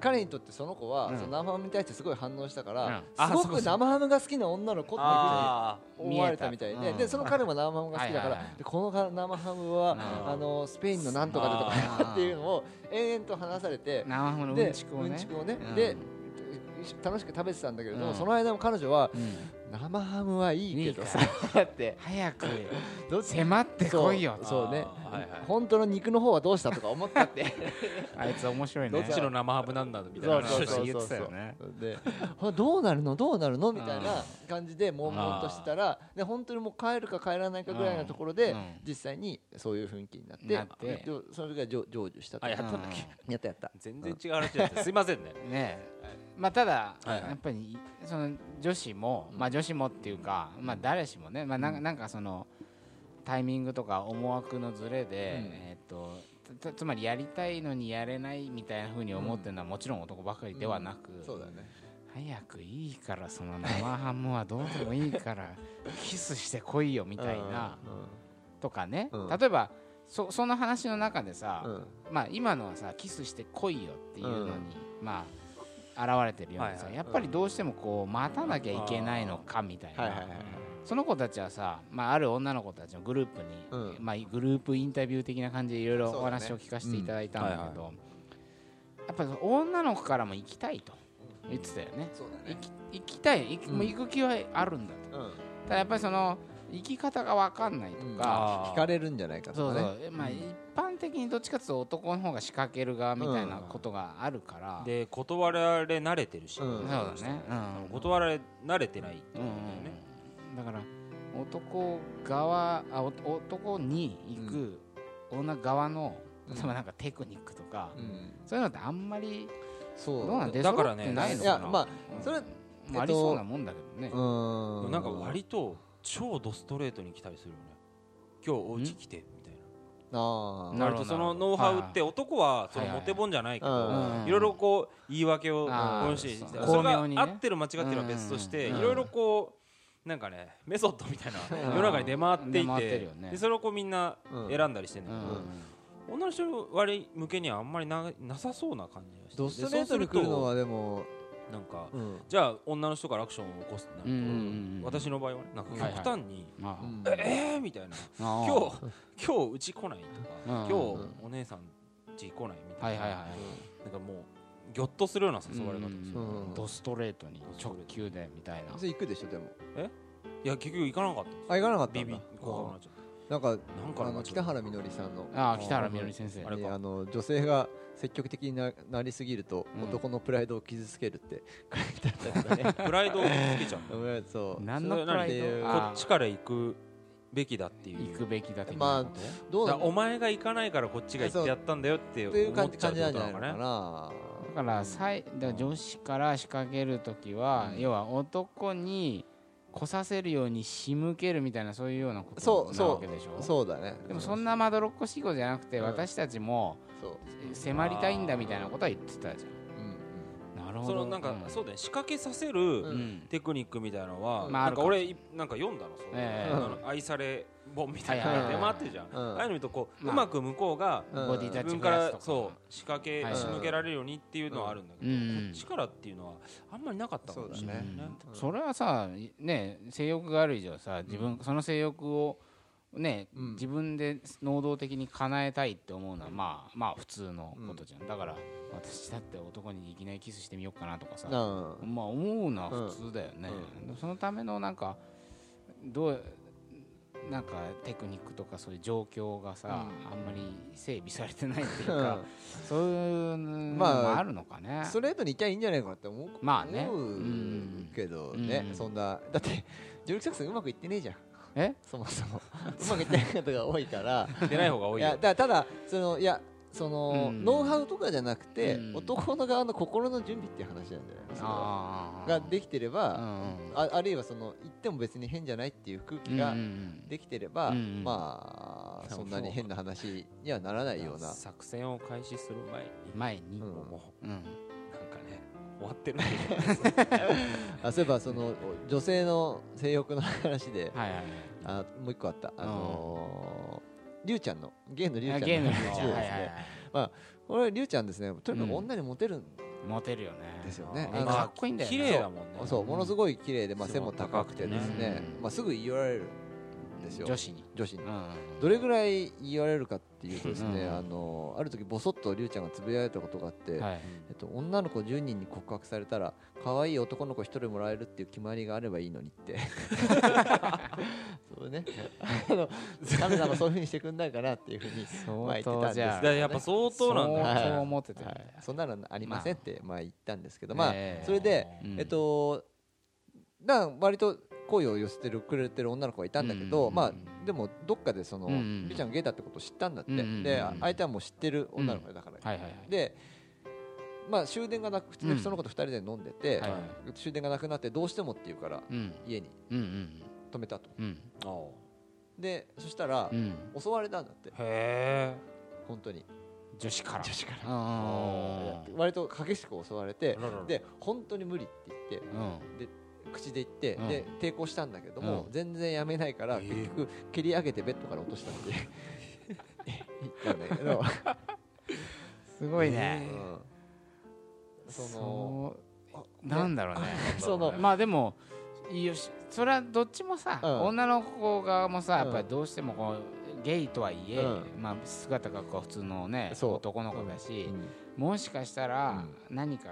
[SPEAKER 4] 彼にとってその子は、
[SPEAKER 3] うん
[SPEAKER 4] その生ハムに対してすごい反応したから、
[SPEAKER 2] うんあ
[SPEAKER 4] すご
[SPEAKER 2] そうそ
[SPEAKER 4] く
[SPEAKER 2] う
[SPEAKER 4] 生ハムが好きな女の子っていう
[SPEAKER 2] あ
[SPEAKER 4] ふうに思われたみたい
[SPEAKER 3] 見え
[SPEAKER 4] で
[SPEAKER 3] た
[SPEAKER 4] でその彼も生ハムが好きだか
[SPEAKER 3] はい
[SPEAKER 4] ら
[SPEAKER 3] はいはい
[SPEAKER 4] でこのか生ハムは
[SPEAKER 2] うん
[SPEAKER 4] あのスペインのなんとかでと
[SPEAKER 3] あー
[SPEAKER 4] かっていうのを延々と話されて
[SPEAKER 3] 生ハムのう
[SPEAKER 4] で
[SPEAKER 3] んちくをね
[SPEAKER 4] をね
[SPEAKER 3] うん
[SPEAKER 4] で楽しく食べてたんだけれども、
[SPEAKER 3] うん
[SPEAKER 4] その間も彼女は
[SPEAKER 3] うん
[SPEAKER 4] 生ハムはいい
[SPEAKER 3] い
[SPEAKER 4] け
[SPEAKER 3] い
[SPEAKER 4] ど
[SPEAKER 3] か
[SPEAKER 4] さって
[SPEAKER 3] 早く
[SPEAKER 4] どっち
[SPEAKER 3] 迫ってこいよ
[SPEAKER 2] ー
[SPEAKER 4] そうね
[SPEAKER 2] あーはいはい
[SPEAKER 4] 本当の肉の方はどうしたとか思ったって
[SPEAKER 3] あいつ面白い
[SPEAKER 2] ど
[SPEAKER 3] ね
[SPEAKER 2] っちの生ハムなんだみたいな話
[SPEAKER 4] そ
[SPEAKER 2] を
[SPEAKER 4] うそうそう
[SPEAKER 2] して
[SPEAKER 3] 言ってたよね
[SPEAKER 4] であどうなるのどうなるのみたいな感じで悶々としてたらで本当にもう帰るか帰らないかぐらいのところで、
[SPEAKER 3] うん
[SPEAKER 4] 実際にそういう雰囲気になって
[SPEAKER 3] なって
[SPEAKER 4] でそれが成成就したと
[SPEAKER 2] あやったんだっけ
[SPEAKER 4] やったやった
[SPEAKER 2] 全然違う話だったすいませんね
[SPEAKER 3] ねまあただ、
[SPEAKER 2] はいはい
[SPEAKER 3] やっぱりその女子も、まあ、女子もっていうか、まあ、誰しもね、まあ、なんかなんかそのタイミングとか思惑のズレで、えー、とつつまりやりたいのにやれないみたいなふうに思ってるのはもちろん男ばかりではなく、
[SPEAKER 4] そうだよね
[SPEAKER 3] 早くいいからその生ハムはどうでもいいからキスしてこいよみたいなとかね、
[SPEAKER 4] うん
[SPEAKER 3] 例えばそその話の中でさ、
[SPEAKER 4] うんうん
[SPEAKER 3] まあ、今のはさキスしてこいよっていうのに、まあ現れてるようにさ、
[SPEAKER 2] はいはい
[SPEAKER 3] やっぱりどうしてもこう待たなきゃいけないのかみたいな、
[SPEAKER 4] はいはいはいはい
[SPEAKER 3] その子たちはさ、まあ、ある女の子たちのグループに、
[SPEAKER 4] うん
[SPEAKER 3] まあ、グループインタビュー的な感じでいろいろ
[SPEAKER 4] そうだね
[SPEAKER 3] お話を聞かせていただいたんだけど、
[SPEAKER 2] うんは
[SPEAKER 3] やっぱり女の子からも行きたいと言ってたよね。
[SPEAKER 4] そうだ
[SPEAKER 3] 行
[SPEAKER 4] ね
[SPEAKER 3] き行きたい行き
[SPEAKER 4] うん
[SPEAKER 3] もう行く気はあるんだと、
[SPEAKER 4] うん
[SPEAKER 3] ただやっぱりその行き方が分かんないと
[SPEAKER 4] うん
[SPEAKER 3] か、
[SPEAKER 2] あー
[SPEAKER 4] 聞かれるんじゃないか
[SPEAKER 3] そ
[SPEAKER 4] と
[SPEAKER 3] う
[SPEAKER 4] か
[SPEAKER 3] そ
[SPEAKER 4] ね
[SPEAKER 3] う、まあ一般的にどっちかっていうと男の方が仕掛ける側みたいなことがあるから、
[SPEAKER 2] で断られ慣れてるし、
[SPEAKER 4] うん
[SPEAKER 3] そうだね、うん
[SPEAKER 2] 断られ慣れてないって
[SPEAKER 3] う
[SPEAKER 2] こ
[SPEAKER 3] んう
[SPEAKER 2] とだ
[SPEAKER 3] ん
[SPEAKER 2] よね、
[SPEAKER 3] うんだから男側あお男に行く女側の、
[SPEAKER 4] うん
[SPEAKER 3] 例えばなんかテクニックとか、
[SPEAKER 4] うん
[SPEAKER 3] そういうのってあんまり
[SPEAKER 4] そ
[SPEAKER 3] ど
[SPEAKER 4] う
[SPEAKER 3] うなん
[SPEAKER 2] だ
[SPEAKER 3] で
[SPEAKER 2] だからね
[SPEAKER 3] ないの
[SPEAKER 4] い
[SPEAKER 3] かな
[SPEAKER 4] やまあ
[SPEAKER 3] うん
[SPEAKER 4] それ
[SPEAKER 3] まあありそうなもんだけどね、
[SPEAKER 4] う
[SPEAKER 2] なんか割と超ドストレートに来たりするよね今日お家来てみたい
[SPEAKER 4] あー
[SPEAKER 2] な
[SPEAKER 3] なるほ
[SPEAKER 2] 割と
[SPEAKER 3] ど
[SPEAKER 2] そのノウハウって男はその
[SPEAKER 3] はいはい
[SPEAKER 2] モテ本じゃないけど、
[SPEAKER 4] うん
[SPEAKER 3] うん
[SPEAKER 2] いろいろこう言い訳を
[SPEAKER 3] あー
[SPEAKER 2] こうして
[SPEAKER 3] そう
[SPEAKER 2] それ
[SPEAKER 3] 巧
[SPEAKER 2] が
[SPEAKER 3] 妙にね
[SPEAKER 2] 合ってる間違ってるのは別として、
[SPEAKER 4] うん
[SPEAKER 2] いろいろこうなんかねメソッドみたいな世の中に出回ってい
[SPEAKER 3] 出回っててるよね
[SPEAKER 2] でそれをこうみんな選んだりしてんだ
[SPEAKER 3] うん
[SPEAKER 2] けど、
[SPEAKER 3] うん
[SPEAKER 2] 女の人割向けにはあんまりななさそうな感じがして
[SPEAKER 4] ドストレートに来るのは
[SPEAKER 2] で
[SPEAKER 4] で
[SPEAKER 2] そ
[SPEAKER 4] も
[SPEAKER 2] うするとなんか
[SPEAKER 4] うん
[SPEAKER 2] じゃあ女の人からアクションを起こすってなると、
[SPEAKER 3] うんうんうんうん
[SPEAKER 2] 私の場合はねなんか極端に、
[SPEAKER 3] まあ
[SPEAKER 4] うん
[SPEAKER 2] えーみたいな
[SPEAKER 3] あー
[SPEAKER 2] 今日今日うち来ないとか、
[SPEAKER 3] うん
[SPEAKER 2] 今日お姉さん家来ないみた
[SPEAKER 3] はいい
[SPEAKER 2] な、
[SPEAKER 3] はいはい、
[SPEAKER 2] なんかもうぎょっとするような誘われ方でする、
[SPEAKER 4] うん
[SPEAKER 3] ドストレートに直球でみたいな
[SPEAKER 4] それ行くでしょでも
[SPEAKER 2] いや結局行かなかったんですよ
[SPEAKER 4] あ行かなかった
[SPEAKER 2] ビ
[SPEAKER 4] んだ
[SPEAKER 2] ビ怖くなっちゃっ
[SPEAKER 4] なんか
[SPEAKER 2] たなんか
[SPEAKER 4] あ
[SPEAKER 2] な
[SPEAKER 4] の
[SPEAKER 2] っちゃ
[SPEAKER 4] 北
[SPEAKER 2] った
[SPEAKER 4] 原みのりさんの
[SPEAKER 3] ああ北原みのり先生
[SPEAKER 2] あれ
[SPEAKER 4] ね
[SPEAKER 2] か
[SPEAKER 4] あの女性が積極的にななりすぎると
[SPEAKER 3] うん
[SPEAKER 4] 男のプライドを傷つけるって書いてあったんだね
[SPEAKER 2] プライドを傷つけちゃう
[SPEAKER 4] うんそう
[SPEAKER 3] 何のプライ
[SPEAKER 4] それ
[SPEAKER 3] ド
[SPEAKER 4] なん
[SPEAKER 2] こ
[SPEAKER 4] で
[SPEAKER 3] あ
[SPEAKER 2] っちから行くべきだっていう
[SPEAKER 3] 行くべきだ的
[SPEAKER 4] ま
[SPEAKER 3] な
[SPEAKER 4] あ
[SPEAKER 3] こと、
[SPEAKER 4] どう
[SPEAKER 2] だ
[SPEAKER 4] な
[SPEAKER 2] からお前が行かないからこっちが行ってやったんだよって
[SPEAKER 4] ってい
[SPEAKER 2] 思
[SPEAKER 4] う
[SPEAKER 2] っ
[SPEAKER 4] 感じ
[SPEAKER 2] ちゃう
[SPEAKER 4] 感
[SPEAKER 2] っ
[SPEAKER 4] じ
[SPEAKER 2] て
[SPEAKER 4] な
[SPEAKER 2] こ
[SPEAKER 4] ん
[SPEAKER 2] と
[SPEAKER 4] じ
[SPEAKER 2] な
[SPEAKER 4] ゃな
[SPEAKER 2] いの
[SPEAKER 4] の
[SPEAKER 2] か
[SPEAKER 4] か
[SPEAKER 2] ね
[SPEAKER 4] な
[SPEAKER 3] だからさいだから女子から仕掛ける時は、要は男に来させるように仕向けるみたいなそういうようなこと
[SPEAKER 4] そう
[SPEAKER 3] に
[SPEAKER 4] そ
[SPEAKER 3] な
[SPEAKER 4] う
[SPEAKER 3] るわけでしょ
[SPEAKER 4] そうだね
[SPEAKER 3] でもそんなまどろっこしいことじゃなくて、
[SPEAKER 4] うん
[SPEAKER 3] 私たちも
[SPEAKER 4] そう
[SPEAKER 3] 迫りたいんだみたいなことは言ってたじ
[SPEAKER 4] うん
[SPEAKER 3] ゃんなるほ
[SPEAKER 2] そ
[SPEAKER 3] ど
[SPEAKER 2] のなんか、そうだね仕掛けさせる、
[SPEAKER 3] うん、うん
[SPEAKER 2] テクニックみたいなのは、
[SPEAKER 3] まああ
[SPEAKER 2] なんか
[SPEAKER 3] るかも
[SPEAKER 2] 俺いなんか読んだのそう、
[SPEAKER 3] ええ
[SPEAKER 2] あの愛され本みたいな
[SPEAKER 3] はい
[SPEAKER 4] はい
[SPEAKER 2] の
[SPEAKER 4] は
[SPEAKER 2] 出回
[SPEAKER 4] い
[SPEAKER 2] ってるじゃん、
[SPEAKER 4] う
[SPEAKER 2] ああい
[SPEAKER 4] ん
[SPEAKER 2] うの見るとこう、
[SPEAKER 3] まあ
[SPEAKER 2] うまく向こうが
[SPEAKER 4] うん
[SPEAKER 3] ボディタ
[SPEAKER 2] 自
[SPEAKER 3] ッチ増
[SPEAKER 2] 分か
[SPEAKER 3] やす
[SPEAKER 2] ら
[SPEAKER 3] とか
[SPEAKER 2] そう仕掛け、
[SPEAKER 3] はい
[SPEAKER 2] 仕向けられるようにっていうのはあるんだけど、
[SPEAKER 3] うん
[SPEAKER 2] こっちからっていうのはあんまりなかったかもしれないね
[SPEAKER 4] そうだね
[SPEAKER 3] うんそれはさね性欲がある以上さ自分、その性欲をね、
[SPEAKER 4] うん
[SPEAKER 3] 自分で能動的に叶えたいって思うのはまあまあ普通のことじゃん、だから私だって男にいきなりキスしてみようかなとかさ
[SPEAKER 4] うん
[SPEAKER 3] まあ思うのは普通だよね、そのためのなんかどうなんかテクニックとかそういう状況がさ、
[SPEAKER 4] う
[SPEAKER 3] あんまり整備されてないっていう
[SPEAKER 4] う
[SPEAKER 3] か
[SPEAKER 4] ん、
[SPEAKER 3] そういうの
[SPEAKER 4] まあ
[SPEAKER 3] もあるのかね。
[SPEAKER 4] ストレートにいきゃいいんじゃないかなって思う,、
[SPEAKER 3] まあね
[SPEAKER 4] 思う
[SPEAKER 3] うん
[SPEAKER 4] けどね、
[SPEAKER 3] うん
[SPEAKER 4] そんなだってジョルクサクソンうまくいってねえじゃん
[SPEAKER 3] え
[SPEAKER 4] そもそもうまくいってない方が多 いから
[SPEAKER 2] 出ない方が多
[SPEAKER 4] い
[SPEAKER 2] いよ
[SPEAKER 4] やだただそのいやその、
[SPEAKER 3] うん
[SPEAKER 4] ノウハウとかじゃなくて、
[SPEAKER 3] うん
[SPEAKER 4] 男の側の心の準備っていう話なんじゃないですか
[SPEAKER 3] あ
[SPEAKER 4] ができてれば、
[SPEAKER 3] うん
[SPEAKER 4] ああるいはその言っても別に変じゃないっていう空気ができてれば、
[SPEAKER 3] うんうん
[SPEAKER 4] まあそんなに変な話にはならないよ うな
[SPEAKER 2] 作戦を開始する前に、
[SPEAKER 3] 前に、
[SPEAKER 4] うん
[SPEAKER 2] も
[SPEAKER 3] うん
[SPEAKER 2] うなんかね終わってるんでしょ
[SPEAKER 4] あそういえばその女性の性欲の話で
[SPEAKER 3] はいはいはい
[SPEAKER 4] あもう一個あったあのーリュウちゃんのゲイのリュウ
[SPEAKER 3] あ
[SPEAKER 4] ちゃん
[SPEAKER 3] ゲイの
[SPEAKER 4] 話
[SPEAKER 3] リュウちゃん
[SPEAKER 4] で
[SPEAKER 3] はいは
[SPEAKER 4] す
[SPEAKER 3] いは
[SPEAKER 4] ね
[SPEAKER 3] い
[SPEAKER 4] これリュウちゃんですねとにかく
[SPEAKER 3] うん
[SPEAKER 4] 女にモテるん
[SPEAKER 3] モテるよね
[SPEAKER 4] ですよね
[SPEAKER 3] え
[SPEAKER 4] あの
[SPEAKER 3] かっこいいんだよね
[SPEAKER 2] 綺麗だもんね
[SPEAKER 4] そうものすごい綺麗で、まあ、
[SPEAKER 2] 背
[SPEAKER 4] 背
[SPEAKER 2] も
[SPEAKER 4] も
[SPEAKER 2] 高
[SPEAKER 4] 高
[SPEAKER 2] く
[SPEAKER 4] く
[SPEAKER 2] て
[SPEAKER 4] て
[SPEAKER 2] ね
[SPEAKER 4] ですね、
[SPEAKER 3] うん
[SPEAKER 4] まあ、すぐ言い寄られるんですよ
[SPEAKER 3] 女子に、
[SPEAKER 4] 女子に
[SPEAKER 3] うんうん
[SPEAKER 4] どれぐらい言い寄られるかっていうとです
[SPEAKER 3] う
[SPEAKER 4] ね、
[SPEAKER 3] ん
[SPEAKER 4] あのある時ぼそっとリュウちゃんがつぶやいたことがあって、
[SPEAKER 3] うんはい、
[SPEAKER 4] えっと、女の子10人に告白されたら可愛い男の子1人もらえるっていう決まりがあればいいのにって そうねあの神様そういうふうにしてくんないかなっていうふうにまあ
[SPEAKER 3] 相
[SPEAKER 4] 言ってたん
[SPEAKER 3] 当
[SPEAKER 4] です
[SPEAKER 3] じ
[SPEAKER 2] だ
[SPEAKER 3] ゃ
[SPEAKER 2] か
[SPEAKER 3] あ
[SPEAKER 2] らやっぱ相当なんだ
[SPEAKER 4] ね
[SPEAKER 3] 相当モテてるん
[SPEAKER 4] は
[SPEAKER 3] だ
[SPEAKER 4] い
[SPEAKER 3] よ、
[SPEAKER 4] そんなのありませんってまあ言ったんですけど、
[SPEAKER 3] まあ
[SPEAKER 4] まあ
[SPEAKER 3] ええ
[SPEAKER 4] それで、
[SPEAKER 3] うん
[SPEAKER 4] えっと、だから割と好意を寄せてるくれてる女の子がいたんだけど、
[SPEAKER 3] うん
[SPEAKER 4] まあ、でもどっかでその、
[SPEAKER 3] うんうん
[SPEAKER 4] リュウちゃんがゲイだってことを知ったんだって、
[SPEAKER 3] うんうんうん
[SPEAKER 4] で相手はもう知ってる女の子だから、
[SPEAKER 3] はいはいはい
[SPEAKER 4] で、まあ、終電がなくて、
[SPEAKER 3] うん
[SPEAKER 4] その子と2人で飲んでて、
[SPEAKER 3] はいはい
[SPEAKER 4] 終電がなくなってどうしてもって言うから
[SPEAKER 3] うん
[SPEAKER 4] 家に
[SPEAKER 3] うん
[SPEAKER 4] 泊めたと
[SPEAKER 3] うん
[SPEAKER 2] おう
[SPEAKER 4] でそしたら、
[SPEAKER 3] うんうん
[SPEAKER 4] 襲われたんだって
[SPEAKER 2] へ
[SPEAKER 4] 本当に
[SPEAKER 3] 女子から
[SPEAKER 4] 女子か
[SPEAKER 3] うんうんうん
[SPEAKER 4] ら割と激しく襲われて
[SPEAKER 2] えあららら
[SPEAKER 4] で本当に無理って言って
[SPEAKER 3] うん
[SPEAKER 4] 口で言って、
[SPEAKER 3] うん
[SPEAKER 4] で抵抗したんだけども、
[SPEAKER 3] う
[SPEAKER 4] 全然やめないから、
[SPEAKER 2] ええ
[SPEAKER 4] 結局蹴り上げてベッドから落としたって言ったんだけど、
[SPEAKER 3] すごいね、
[SPEAKER 4] うんその
[SPEAKER 3] そうなんだろうね
[SPEAKER 4] その
[SPEAKER 3] まあでもいいよしそれはどっちもさ、
[SPEAKER 4] うん
[SPEAKER 3] 女の子側もさ
[SPEAKER 4] うん
[SPEAKER 3] やっぱりどうしてもこうゲイとはいえ、
[SPEAKER 4] う
[SPEAKER 3] まあ、姿がこう普通のね
[SPEAKER 4] そう
[SPEAKER 3] 男の子だ
[SPEAKER 4] う
[SPEAKER 3] し、
[SPEAKER 4] ん
[SPEAKER 3] もしかしたら何か、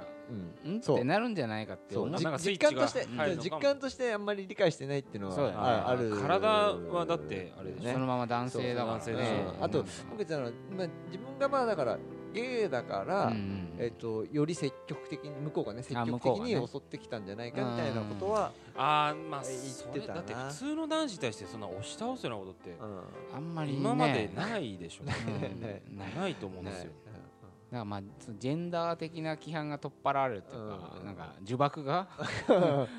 [SPEAKER 4] うん
[SPEAKER 3] んっ
[SPEAKER 4] そう
[SPEAKER 3] てなるんじゃないかって
[SPEAKER 4] そ
[SPEAKER 3] 思
[SPEAKER 4] う
[SPEAKER 3] う
[SPEAKER 2] なん
[SPEAKER 4] じ
[SPEAKER 2] かスイッ
[SPEAKER 4] 実
[SPEAKER 2] チ
[SPEAKER 4] 感
[SPEAKER 2] が
[SPEAKER 4] として
[SPEAKER 2] 入るのかも
[SPEAKER 4] 実感としてあんまり理解してないっていうの
[SPEAKER 3] そうだね
[SPEAKER 4] はあある
[SPEAKER 2] 体はだってあれでしょ
[SPEAKER 4] ね
[SPEAKER 3] そのまま男性だから
[SPEAKER 2] そう
[SPEAKER 4] うん
[SPEAKER 2] 男性
[SPEAKER 3] ね
[SPEAKER 2] だし
[SPEAKER 4] あと
[SPEAKER 3] うん
[SPEAKER 4] 僕言ってたのはまあ自分がまあだからゲイだから、
[SPEAKER 3] うん
[SPEAKER 4] えっとより積極的に向こうがね積
[SPEAKER 3] あ向こ
[SPEAKER 4] 極的
[SPEAKER 3] うがね
[SPEAKER 4] に襲ってきたんじゃないかみたいなことは、
[SPEAKER 2] あーまあ
[SPEAKER 4] え言って
[SPEAKER 2] それ
[SPEAKER 4] たな
[SPEAKER 2] だって普通の男子に対してそんな押し倒すようなことって
[SPEAKER 4] うん
[SPEAKER 3] あんまりね
[SPEAKER 2] 今までないでしょ
[SPEAKER 3] うん
[SPEAKER 4] ね
[SPEAKER 3] ない
[SPEAKER 2] ないと思うん
[SPEAKER 4] ね
[SPEAKER 2] ですよ
[SPEAKER 3] だからまあそのジェンダー的な規範が取っ払われるとか、
[SPEAKER 4] うん
[SPEAKER 3] なんか呪縛が、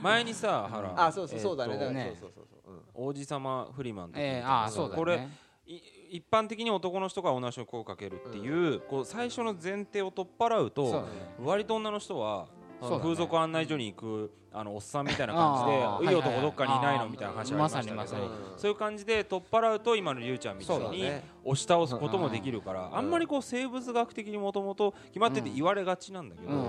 [SPEAKER 2] 前にさ
[SPEAKER 4] う
[SPEAKER 2] 原
[SPEAKER 4] んあそうそ
[SPEAKER 2] え
[SPEAKER 4] う
[SPEAKER 2] ー
[SPEAKER 4] そうだ
[SPEAKER 2] と
[SPEAKER 4] ね,、だから
[SPEAKER 3] ね
[SPEAKER 4] そうそうそうそう、うん
[SPEAKER 2] 王子様フリマンの時に
[SPEAKER 3] えー、ああそうだ、ね、
[SPEAKER 2] これい一般的に男の人が女の人に声をかけるっていう,、こう最初の前提を取っ払う
[SPEAKER 3] そうだ
[SPEAKER 2] と
[SPEAKER 3] ね
[SPEAKER 2] 割と女の人はあ
[SPEAKER 3] そ
[SPEAKER 2] の
[SPEAKER 3] うだね
[SPEAKER 2] 風俗案内所に行くあのおっさんみたいな感
[SPEAKER 3] あー
[SPEAKER 2] じでいい
[SPEAKER 3] はいはいは
[SPEAKER 2] 男
[SPEAKER 3] い
[SPEAKER 2] どっかにいないのみたいな話ありましたけど、
[SPEAKER 3] まさにまさに
[SPEAKER 2] そういう感じで取っ払うと今のりゅうちゃんみたい
[SPEAKER 3] そうだ
[SPEAKER 2] に
[SPEAKER 4] ね
[SPEAKER 2] 押し倒すこともできるから
[SPEAKER 4] ん
[SPEAKER 2] あんまりこう生物学的にもともと決まってて
[SPEAKER 3] うん
[SPEAKER 2] 言われがちなんだけど、
[SPEAKER 3] う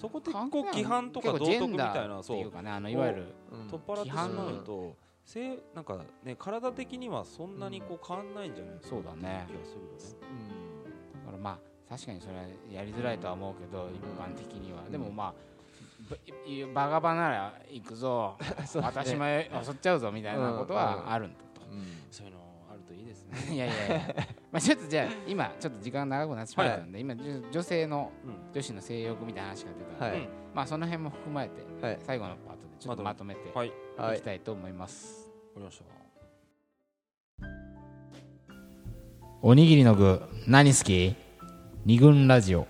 [SPEAKER 2] そこって
[SPEAKER 3] ん、
[SPEAKER 2] こう規範とか道
[SPEAKER 3] 結構ジェ
[SPEAKER 2] 徳
[SPEAKER 3] ン
[SPEAKER 2] みた
[SPEAKER 3] ダ
[SPEAKER 2] い
[SPEAKER 3] ー
[SPEAKER 2] な
[SPEAKER 3] って
[SPEAKER 2] そう
[SPEAKER 3] いうかねあのいわゆる
[SPEAKER 4] うん
[SPEAKER 2] 取っ払ってし
[SPEAKER 3] 規範
[SPEAKER 2] まうと、せいなんかね体的にはそんなにこう変わんないんじゃないかな
[SPEAKER 3] そうだね
[SPEAKER 2] っていう気がするよね。
[SPEAKER 4] う
[SPEAKER 3] だ
[SPEAKER 4] ん
[SPEAKER 3] からまあ確かにそれはやりづらいとは思うけど一般的には、でもまあばいバカバなら行く ぞ、私も襲っちゃうぞみたいなこと
[SPEAKER 4] うんうん
[SPEAKER 3] はあるんだと、
[SPEAKER 2] そういうのあるといいですね。
[SPEAKER 3] いやいやいやまあちょっとじゃあ今ちょっと時間長くなってしまったんで、今じゅ女性の
[SPEAKER 2] うん
[SPEAKER 3] 女子の性欲みたいな話が出たので、
[SPEAKER 4] はい、
[SPEAKER 3] まあその辺も含まれて、
[SPEAKER 4] はい
[SPEAKER 3] 最後のパートでちょっとまとめて
[SPEAKER 2] はい。わか
[SPEAKER 4] はい
[SPEAKER 3] いきたいと思います、
[SPEAKER 2] りました。
[SPEAKER 1] おにぎりの具何好き二軍ラジオ